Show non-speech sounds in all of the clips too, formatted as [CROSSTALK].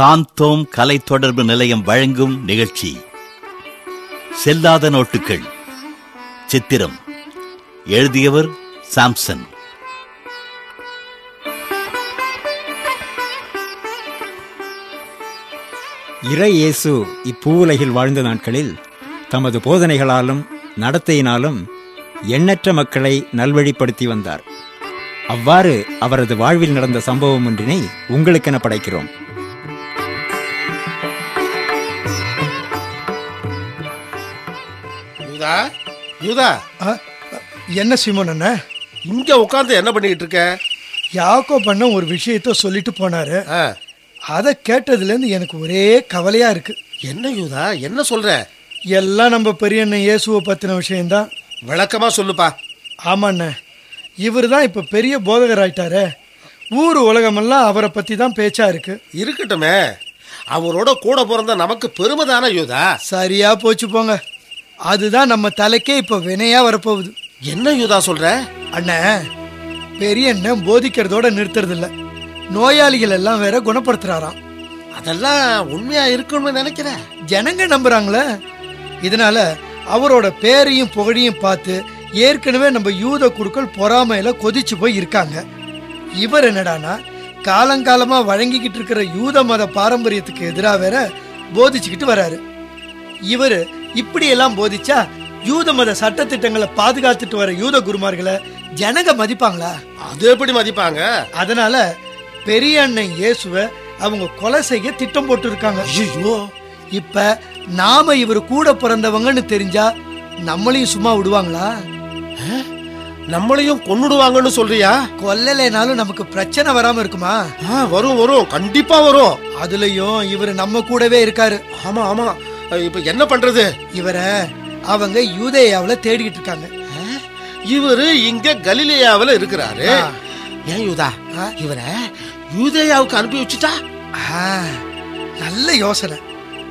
சாந்தோம் கலை தொடர்பு நிலையம் வழங்கும் நிகழ்ச்சி செல்லாத நோட்டுகள் சித்திரம் எழுதியவர் சாம்சன் இறை இயேசு இப்பூவுலகில் வாழ்ந்த நாட்களில் தமது போதனைகளாலும் நடத்தையினாலும் எண்ணற்ற மக்களை நல்வழிப்படுத்தி வந்தார் அவ்வாறு அவரது வாழ்வில் நடந்த சம்பவம் ஒன்றினை உங்களுக்கென படைக்கிறோம் யூதா யூதா ஆ, என்ன சீமோன் அண்ணா இங்க உட்காந்து என்ன பண்ணிக்கிட்டு இருக்க யாக்கோப் அண்ணன் ஒரு விஷயத்த சொல்லிட்டு போனாரு ஆ, அதை கேட்டதுலேருந்து எனக்கு ஒரே கவலையா இருக்கு என்ன யூதா என்ன சொல்ற எல்லாம் நம்ம பெரிய அண்ணன் இயேசுவை பத்தின விஷயம்தான் விளக்கமா சொல்லுப்பா ஆமாண்ணே இவர் தான் இப்போ பெரிய போதகர் ஆயிட்டாரே ஊர் உலகமெல்லாம் அவரை பற்றி தான் பேச்சா இருக்கு இருக்கட்டுமே அவரோட கூட பிறந்த நமக்கு பெருமை தானே யூதா சரியா போச்சு போங்க அதுதான் நம்ம தலைக்கே இப்போ வினையா வரப்போகுது என்ன யூதா சொல்ற அண்ணே பெரிய அண்ணன் போதிக்கிறதோட நிறுத்துறதில்ல நோயாளிகள் எல்லாம் வேற குணப்படுத்துறாராம் அதெல்லாம் உண்மையா இருக்கும்னு நினைக்கிறேன் ஜனங்க நம்புறாங்களே இதனால அவரோட பேரையும் புகழையும் பார்த்து ஏற்கனவே நம்ம யூத குருக்கள் பொறாமையில கொதிச்சு போய் இருக்காங்க இவர் என்னடானா காலங்காலமா வழங்கிக்கிட்டு இருக்கிற யூத மத பாரம்பரியத்துக்கு எதிராக வேற போதிச்சுக்கிட்டு வராரு இவர் இப்படியெல்லாம் போதிச்சா யூத மத சட்டத்திட்டங்களை பாதுகாத்துட்டு வர யூத குருமார்களை ஜனங்க மதிப்பாங்களா அது எப்படி மதிப்பாங்க அதனால பெரிய அண்ணன் இயேசுவை அவங்க கொலை செய்ய திட்டம் போட்டு இருக்காங்க ஐயோ இப்ப நாம இவர் கூட பிறந்தவங்கன்னு தெரிஞ்சா நம்மளையும் சும்மா விடுவாங்களா நம்மளையும் கொன்னுடுவாங்கன்னு சொல்றியா கொல்லலைனாலும் நமக்கு பிரச்சனை வராம இருக்குமா ஆ, வரும் வரும் கண்டிப்பா வரும் அதுலயும் இவர் நம்ம கூடவே இருக்காரு ஆமா ஆமா இப்ப என்ன பண்றது இவரை அவங்க யூதேயாவில் தேடிக்கிட்டு இருக்காங்க ஆ, இவரு இங்க கலிலேயாவுல இருக்கிறாரு ஆ. ஏன் யூதா ஆ? இவரை யூதேயாவுக்கு அனுப்பி வச்சுட்டா ஆ, நல்ல யோசனை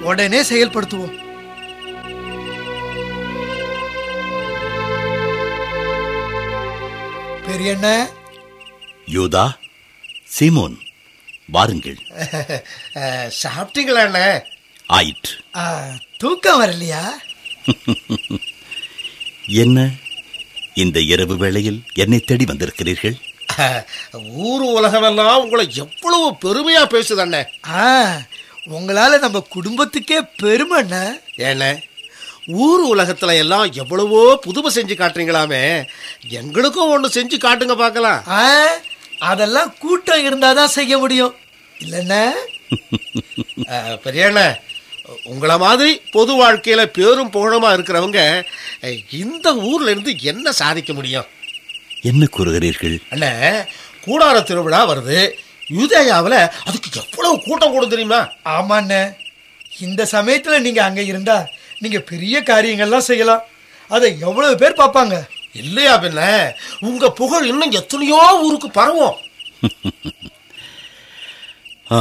உடனே செயல்படுத்துவோம் பெரியண்ணே யூதா சீமோன் வாருங்கள் ஆ, சாப்பிட்டீங்களா அண்ணே ஆயிற்று ஆ, தூக்கம் வரலையா என்ன இந்த இரவு வேளையில் என்னை தேடி வந்திருக்கிறீர்கள் ஊர் உலகமெல்லாம் உங்களை எவ்வளவு பெருமையா பேசுது அண்ணே ஆ உங்களால நம்ம குடும்பத்துக்கே பெருமைண்ணே ஏண்ணே ஊர் உலகத்துல எல்லாம் எவ்வளவோ புதுமை செஞ்சு காட்டுறீங்களாமே எங்களுக்கும் ஒன்று செஞ்சு காட்டுங்க பார்க்கலாம் ஆ அதெல்லாம் கூட்டம் இருந்தாதான் செய்ய முடியும் இல்லைண்ணே அஹ், பெரியண்ணே உங்களை மாதிரி பொது வாழ்க்கையில பேரும் புகழுமா இருக்கிறவங்க அஹ், இந்த ஊர்ல இருந்து என்ன சாதிக்க முடியும் என்ன கூறுகிறீர்கள் அண்ணே கூடார திருவிழா வருது யூதேயாவில் அதுக்கு எவ்வளவு கூட்டம் கூடும் தெரியுமா ஆமாண்ணே இந்த சமயத்துல நீங்க அங்க இருந்தா நீங்க பெரிய காரியங்கள்லாம் செய்யலாம் அதை எவ்வளவு பேர் பார்ப்பாங்க இல்லையா பின்ன உங்க புகழ் இன்னும் எத்தனையோ ஊருக்கு பரவும் ஆ,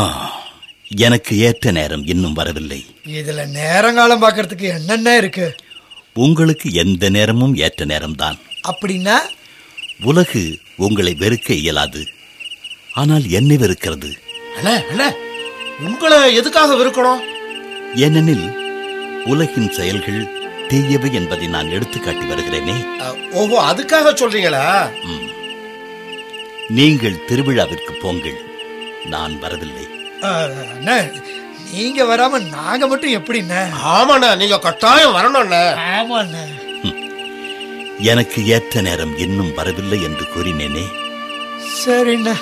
எனக்கு ஏற்ற நேரம் இன்னும் வரவில்லை இதுல நேரங்காலம் பார்க்கறதுக்கு என்னென்ன இருக்கு உங்களுக்கு எந்த நேரமும் ஏற்ற நேரம்தான் அப்படின்னா உலகு உங்களை வெறுக்க இயலாது ஆனால் என்னை வெறுக்கிறது அண்ணே அண்ணே உங்களை எதுக்காக வெறுக்கணும் ஏனெனில் உலகின் செயல்கள் தீயவை என்பதை நான் எடுத்துக்காட்டி வருகிறேனே அஹ், ஓஹோ அதுக்காக சொல்றீங்களா நீங்கள் திருவிழாவிற்கு போங்கள் நான் வரவில்லை ஆ, அண்ணே நீங்க வராம நாங்க மட்டும் எப்படிண்ணே ஆமாண்ணே நீங்க கட்டாயம் வரணும்ண்ணே ஆமாண்ணே எனக்கு ஏற்ற நேரம் இன்னும் வரவில்லை என்று கூறினேனே சரிண்ணே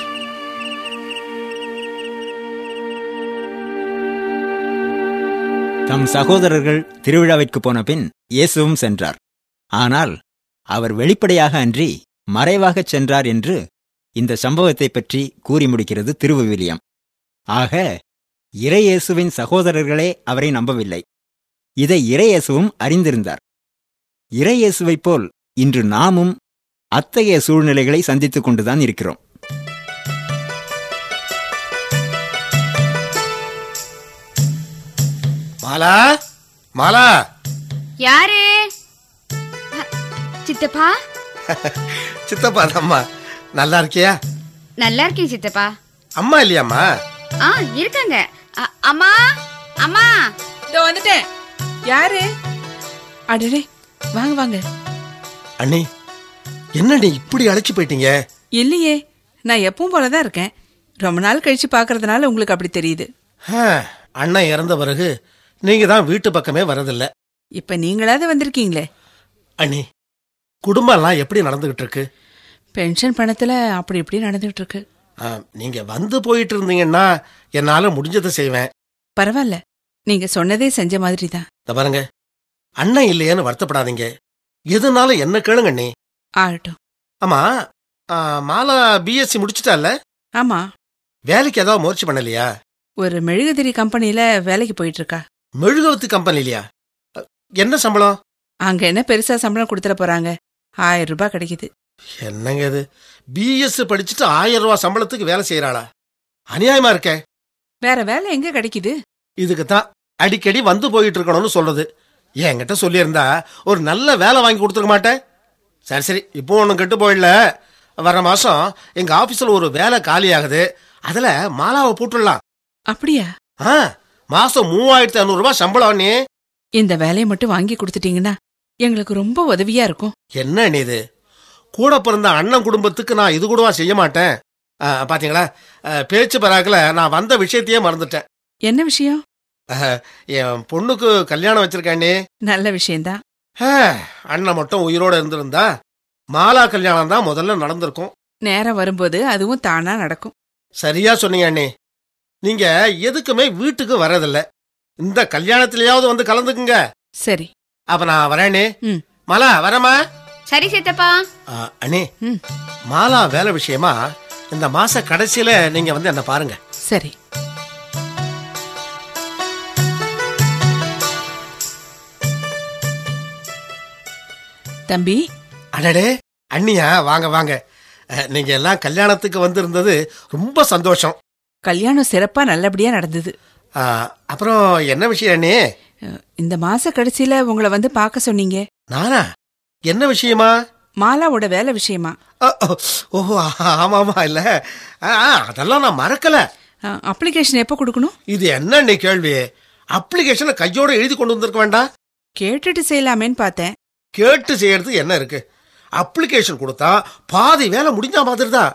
தம் சகோதரர்கள் திருவிழாவிற்கு போன பின் இயேசுவும் சென்றார் ஆனால் அவர் வெளிப்படையாக அன்றி மறைவாகச் சென்றார் என்று இந்த சம்பவத்தை பற்றி கூறி முடிக்கிறது திருவிவிலியம் ஆக இறை இயேசுவின் சகோதரர்களே அவரை நம்பவில்லை இதை இறை இயேசுவும் அறிந்திருந்தார் இறை இயேசுவைப் போல் இன்று நாமும் அத்தகைய சூழ்நிலைகளை சந்தித்துக் கொண்டுதான் இருக்கிறோம் மாலா மாலா யாரு அ, சித்தப்பா சித்தப்பா அம்மா நல்லா இருக்கியா நல்லா இருக்கேன் சித்தப்பா அம்மா இல்லையாம்மா ஆ இருக்காங்க அ- அம்மா அம்மா இதோ வந்துட்டேன் யாரு அடடே வாங்க வாங்க அண்ணே என்னண்ணே இப்படி அழைச்சி போயிட்டீங்க இல்லையே நான் எப்பவும் போல தான் இருக்கேன் ரொம்ப நாள் கழிச்சு பார்க்கறதுனால உங்களுக்கு அப்படி தெரியுது ஆ, அண்ணன் இறந்த பிறகு நீங்க தான் வீட்டு பக்கமே வரதில்ல இப்போ நீங்களாவது வந்திருக்கீங்களே அண்ணே குடும்பம்லாம் எப்படி நடந்துகிட்டு இருக்கு பென்ஷன் பணத்தில் அப்படி இப்படி நடந்துகிட்டு இருக்கு ஆ, நீங்க வந்து போயிட்டு இருந்தீங்கன்னா என்னால முடிஞ்சதை செய்வேன் பரவாயில்ல நீங்க சொன்னதே செஞ்ச மாதிரி தான் இந்த பாருங்க அண்ணன் இல்லையேன்னு வருத்தப்படாதீங்க எதுனாலும் என்ன கேளுங்க அண்ணே ஆகட்டும் ஆமா ஆ, மாலா பிஎஸ்சி முடிச்சிட்டால ஆமா வேலைக்கு ஏதாவது முயற்சி பண்ணலையா ஒரு மெழுகுதிரி கம்பெனியில வேலைக்கு போயிட்டு இருக்கா மெழுகுவத்து கம்பெனி இல்லையா என்ன சம்பளம் அங்க என்ன பெருசா சம்பளம் கொடுத்துட போறாங்க ஆயிரம் ரூபாய் கிடைக்குது என்னங்க இது பிஎஸ்சி படிச்சுட்டு ஆயிரம் ரூபாய் சம்பளத்துக்கு வேலை செய்யறாளா அநியாயமா இருக்கே வேற வேலை எங்க கிடைக்குது இதுக்கு தான் அடிக்கடி வந்து போயிட்டு இருக்கணும்னு சொல்றது என்கிட்ட சொல்லியிருந்தா ஒரு நல்ல வேலை வாங்கி கொடுத்துருக்க மாட்டேன் சரி சரி இப்போ ஒன்றும் கெட்டு போயிடல வர மாசம் எங்க ஆபீஸ்ல ஒரு வேலை காலியாகுது அதுல மாலாவை போட்டுடலாம் அப்படியா ஆ மாசம் மூவாயிரத்தி ஐநூறுரூவா சம்பளம் நீ இந்த வேலையை மட்டும் வாங்கி கொடுத்துட்டீங்கன்னா எங்களுக்கு ரொம்ப உதவியா இருக்கும் என்ன நீ இது கூட பிறந்த அண்ணன் குடும்பத்துக்கு நான் இது கூடவா செய்ய மாட்டேன் ஆ, பாத்தீங்களா ஆ, பேச்சு பராக்கில் நான் வந்த விஷயத்தையே மறந்துட்டேன் என்ன விஷயம் என் பொண்ணுக்கு கல்யாணம் வச்சிருக்கேனே நல்ல விஷயம்தான் அண்ணன் மட்டும் உயிரோட இருந்திருந்தா மாலா கல்யாணம் தான் முதல்ல நடந்திருக்கும் நேரம் வரும்போது அதுவும் தானா நடக்கும் சரியா சொன்னீங்க அண்ணே நீங்க எதுக்குமே வீட்டுக்கு வரதில்ல இந்த கல்யாணத்திலயாவது வந்து கலந்துக்குங்க சரி அப்ப நான் வரேனே ம். மாலா வரமா சரி சித்தப்பா அண்ணே ம். மாலா வேலை விஷயமா இந்த மாச கடைசியில நீங்க வந்து என்ன பாருங்க சரி தம்பி அடடே அண்ணியா வாங்க வாங்க அஹ், நீங்க எல்லாம் கல்யாணத்துக்கு வந்திருந்தது ரொம்ப சந்தோஷம் கல்யாணம் சிறப்பா நல்லபடியா நடந்தது அஹ், அப்புறம் என்ன விஷயம் அண்ணே அஹ், இந்த மாச கடைசியில உங்களை வந்து பார்க்க சொன்னீங்க நானா என்ன விஷயமா மாலாவோட வேலை விஷயமா அஹ், அஹ், ஓஹோ ஆமாமா இல்ல ஆ, ஆ, அதெல்லாம் நான் மறக்கல அஹ், அப்ளிகேஷன் எப்போ கொடுக்கணும் இது என்ன அண்ணே கேள்வி அப்ளிகேஷனை கையோட எழுதி கொண்டு வந்திருக்க வேண்டாம் கேட்டுட்டு செய்யலாமேன்னு பார்த்தேன் கேட்டு செய்யறது என்ன இருக்கு அப்ளிகேஷன் கொடுத்தா பாதி வேலை முடிஞ்ச மாதிரி தான்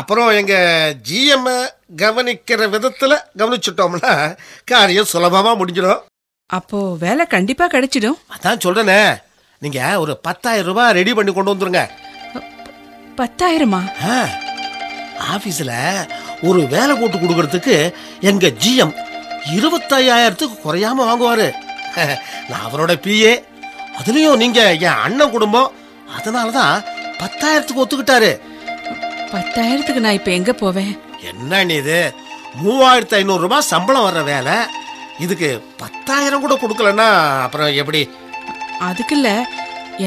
அப்புறம் எங்க ஜிஎம் கவனிக்கிற விதத்துல கவனிச்சுட்டோம்னா காரியம் சுலபமா முடிஞ்சிடும் அப்போ வேலை கண்டிப்பா கிடைச்சிடும் அதான் சொல்றேனே நீங்க ஒரு பத்தாயிரம் ரூபாய் ரெடி பண்ணி கொண்டு வந்துருங்க பத்தாயிரமா ஆ, ஆபீஸ்ல ஒரு வேலை போட்டு கொடுக்கறதுக்கு எங்க ஜிஎம் இருபத்தையாயிரத்துக்கு குறையாம வாங்குவாரு [LAUGHS] நான் அவரோட பிஏ அதுலயும் நீங்க என் அண்ணன் குடும்பம் அதனாலதான் பத்தாயிரத்துக்கு ஒத்துக்கிட்டாரு பத்தாயிரத்துக்கு நான் இப்ப எங்க போவேன் என்ன நீ இது மூவாயிரத்து ஐநூறு ரூபாய் சம்பளம் வர்ற வேலை இதுக்கு பத்தாயிரம் கூட கொடுக்கலன்னா அப்புறம் எப்படி அதுக்கு இல்ல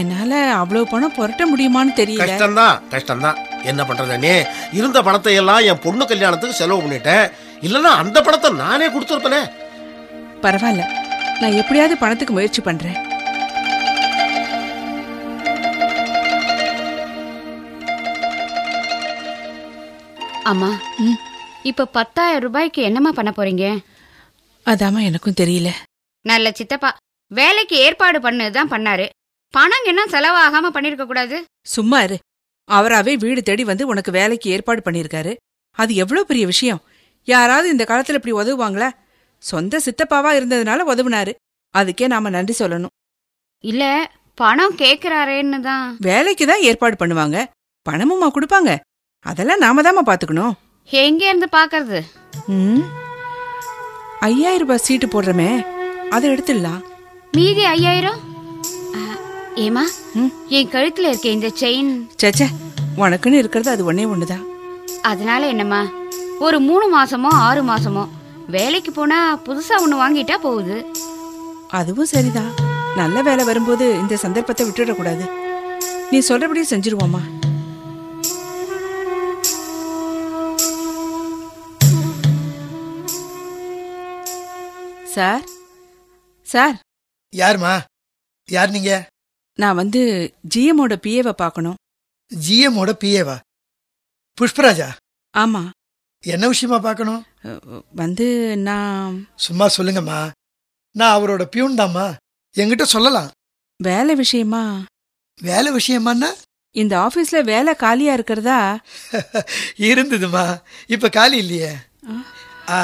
என்னால அவ்வளவு பணம் புரட்ட முடியுமான்னு தெரியல கஷ்டம்தான் கஷ்டம்தான் என்ன பண்றது நீ இருந்த பணத்தை எல்லாம் என் பொண்ணு கல்யாணத்துக்கு செலவு பண்ணிட்டேன் இல்லைன்னா அந்த பணத்தை நானே கொடுத்துருப்பேனே பரவாயில்ல நான் எப்படியாவது பணத்துக்கு முயற்சி பண்றேன் அம்மா இப்ப பத்தாயிரம் ரூபாய்க்கு என்னம்மா பண்ண போறீங்க அதாம்மா எனக்கும் தெரியல நல்ல சித்தப்பா வேலைக்கு ஏற்பாடு பண்ணதுதான் பண்ணாரு பணம் என்ன செலவாகாம பண்ணிருக்க கூடாது சும்மா இரு அவராவே வீடு தேடி வந்து உனக்கு வேலைக்கு ஏற்பாடு பண்ணியிருக்காரு அது எவ்வளோ பெரிய விஷயம் யாராவது இந்த காலத்துல இப்படி உதவுவாங்களா சொந்த சித்தப்பாவா இருந்ததுனால உதவுனாரு அதுக்கே நாம நன்றி சொல்லணும் இல்ல பணம் கேக்குறாரேன்னு தான் வேலைக்கு தான் ஏற்பாடு பண்ணுவாங்க பணமுமா கொடுப்பாங்க அதெல்லாம் நாம தாம்மா பார்த்துக்கணும் எங்க இருந்து பாக்குறது ம் ஐயாயிரம் ரூபாய் சீட்டு போடுறமே அதை எடுத்துடலாம் மீதி ஐயாயிரம் ஆ, ஏமா என் கழுத்துல இருக்க இந்த செயின் சேச்சே உனக்குன்னு இருக்கிறது அது ஒன்னே ஒன்று தான் அதனால என்னம்மா ஒரு மூணு மாசமோ ஆறு மாசமோ வேலைக்கு போனா புதுசா ஒண்ணு வாங்கிட்டா போகுது அதுவும் சரிதான் நல்ல வேலை வரும்போது இந்த சந்தர்ப்பத்தை விட்டுடக்கூடாது நீ சொல்றபடியே செஞ்சிருவோமா சார் சார் யாருமா யார் நீங்க நான் வந்து ஜிஎம்மோட பிஏவை பார்க்கணும் ஜிஎம்மோட பிஏவா புஷ்பராஜா ஆமா என்ன விஷயமா பார்க்கணும் அஹ், வந்து நான் சும்மா சொல்லுங்கம்மா நான் அவரோட பியூன் தாம்மா என்கிட்ட சொல்லலாம் வேலை விஷயமா வேலை விஷயமான்னா இந்த ஆபீஸ்ல வேலை காலியா இருக்கிறதா இருந்ததுமா இப்ப காலி இல்லையே ஆ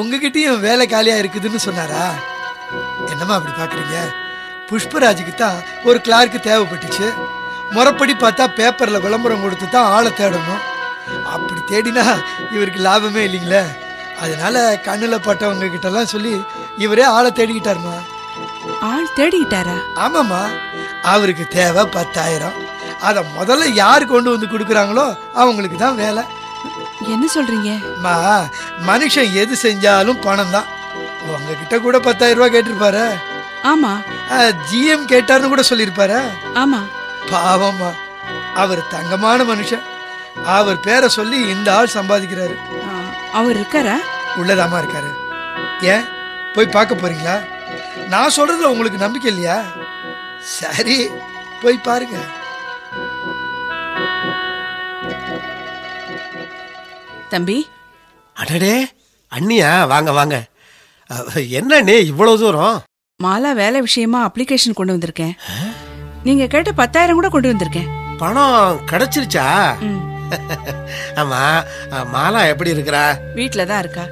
உங்ககிட்டயும் வேலை காலியா இருக்குதுன்னு சொன்னாரா என்னம்மா அப்படி பாக்குறீங்க புஷ்பராஜுக்கு தான் ஒரு கிளார்க்கு தேவைப்பட்டுச்சு முறைப்படி பார்த்தா பேப்பர்ல விளம்பரம் கொடுத்து தான் ஆளை தேடணும் அப்படி தேடினா இவருக்கு லாபமே இல்லைங்களே அதனால கண்ணில் பட்டவங்க கிட்டலாம் சொல்லி இவரே ஆளை தேடிக்கிட்டாருமா ஆள் தேடிக்கிட்டாரா ஆமாம்மா அவருக்கு தேவை பத்தாயிரம் அதை முதல்ல யார் கொண்டு வந்து கொடுக்குறாங்களோ அவங்களுக்கு தான் வேலை என்ன சொல்றீங்க அம்மா மனுஷன் எது செஞ்சாலும் பணம் தான் உங்ககிட்ட கூட பத்தாயிரம் ரூபாய் கேட்டிருப்பாரு ஆமா ஜிஎம் கேட்டார்னு கூட சொல்லியிருப்பாரு ஆமா பாவம்மா அவர் தங்கமான மனுஷன் அவர் பேரை சொல்லி இந்த ஆள் சம்பாதிக்கிறாரு ஆ, அவர் இருக்காரா உள்ளதாமா இருக்காரு ஏன் போய் பார்க்க போறீங்களா நான் சொல்றதுல உங்களுக்கு நம்பிக்கை இல்லையா சரி போய் பாருங்க தம்பி அடடே அண்ணியா வாங்க வாங்க அஹ், என்ன நீ இவ்வளவு தூரம் மாலா வேலை விஷயமா அப்ளிகேஷன் கொண்டு வந்திருக்கேன் நீங்க கேட்ட பத்தாயிரம் கூட கொண்டு வந்திருக்கேன் பணம் கிடைச்சிருச்சா [LAUGHS] ஆமா அஹ், மாலா எப்படி இருக்கிறா வீட்ல தான் இருக்கா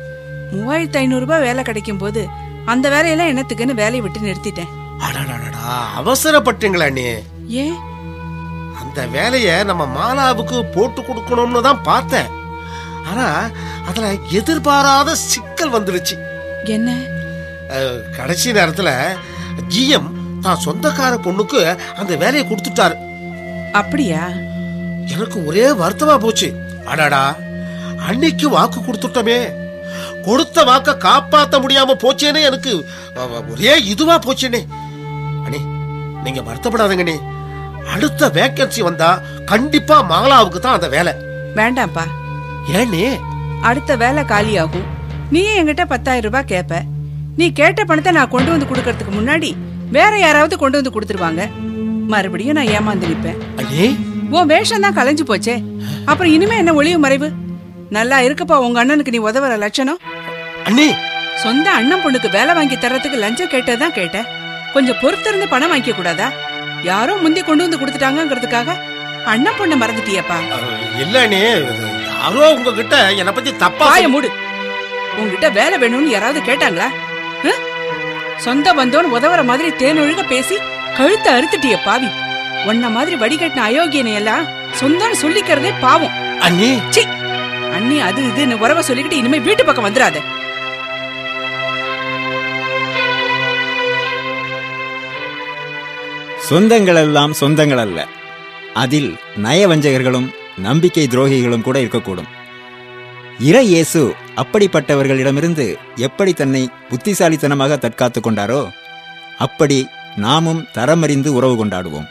மூவாயிரத்து ஐநூறு ரூபாய் வேலை கிடைக்கும் போது அந்த வேலையெல்லாம் என்னத்துக்குன்னு வேலையை விட்டு நிறுத்திட்டேன் அடடடடா அவசரப்பட்டீங்களா நீ ஏன் அந்த வேலையை நம்ம மாலாவுக்கு போட்டு கொடுக்கணும்னு தான் பார்த்தேன் ஆனா அதுல எதிர்பாராத சிக்கல் வந்துருச்சு என்ன அஹ், கடைசி நேரத்துல ஜிஎம் தான் சொந்தக்கார பொண்ணுக்கு அந்த வேலையை கொடுத்துட்டாரு அப்படியா எனக்கு ஒரே வருத்தமா போச்சு அடாடா அன்னைக்கு வாக்கு கொடுத்துட்டோமே கொடுத்த வாக்க காப்பாத்த முடியாம போச்சேன்னு எனக்கு அஹ், அஹ், ஒரே இதுவா போச்சேனே அண்ணே நீங்க வருத்தப்படாதீங்க அண்ணே அடுத்த வேக்கன்சி வந்தா கண்டிப்பா மாலாவுக்கு தான் அந்த வேலை வேண்டாம்ப்பா ஏனே அடுத்த வேலை காலியாகும் நீ ஏன் என்கிட்ட பத்தாயிரம் ரூபாய் கேப்ப நீ கேட்ட பணத்தை நான் கொண்டு வந்து கொடுக்கறதுக்கு முன்னாடி வேற யாராவது கொண்டு வந்து கொடுத்துருவாங்க மறுபடியும் நான் ஏமாந்து நிப்பேன் அண்ணே உன் வேஷம் தான் கலைஞ்சு போச்சே அப்புறம் இனிமே என்ன ஒளிவு மறைவு நல்லா இருக்குப்பா உங்க அண்ணனுக்கு நீ உதவுற லட்சணம் அண்ணே சொந்த அண்ணன் பொண்ணுக்கு வேலை வாங்கி தர்றதுக்கு லஞ்சம் கேட்டதான் கேட்டேன் கொஞ்சம் பொறுத்திருந்து பணம் வாங்கிக்க கூடாதா யாரோ முந்தி கொண்டு வந்து கொடுத்துட்டாங்கங்கிறதுக்காக அண்ணன் பொண்ணை மறந்துட்டியப்பா அஹ், இல்ல அண்ணே இது யாரோ உங்ககிட்ட என்னை பத்தி தப்பா வாய சொல்லி- மூடு உங்ககிட்ட வேலை வேணும்னு யாராவது கேட்டாங்களா ஆ? சொந்த பந்தோன்னு உதவுற மாதிரி தேனொழுக பேசி கழுத்தை அறுத்துட்டிய பாவி உன்ன மாதிரி வடிகட்டின அயோக்கியனை எல்லாம் சொந்தம்னு சொல்லிக்கிறதே பாவம் அண்ணே சி அண்ணி அது இதுன்னு உறவை சொல்லிக்கிட்டு இனிமே வீட்டு பக்கம் வந்துடாத சொந்தங்கள் எல்லாம் சொந்தங்கள் அல்ல அதில் நயவஞ்சகர்களும் நம்பிக்கை துரோகிகளும் கூட இருக்கக்கூடும் இறை இயேசு அப்படிப்பட்டவர்களிடமிருந்து எப்படி தன்னை புத்திசாலித்தனமாக தற்காத்துக் கொண்டாரோ அப்படி நாமும் தரமறிந்து உறவு கொண்டாடுவோம்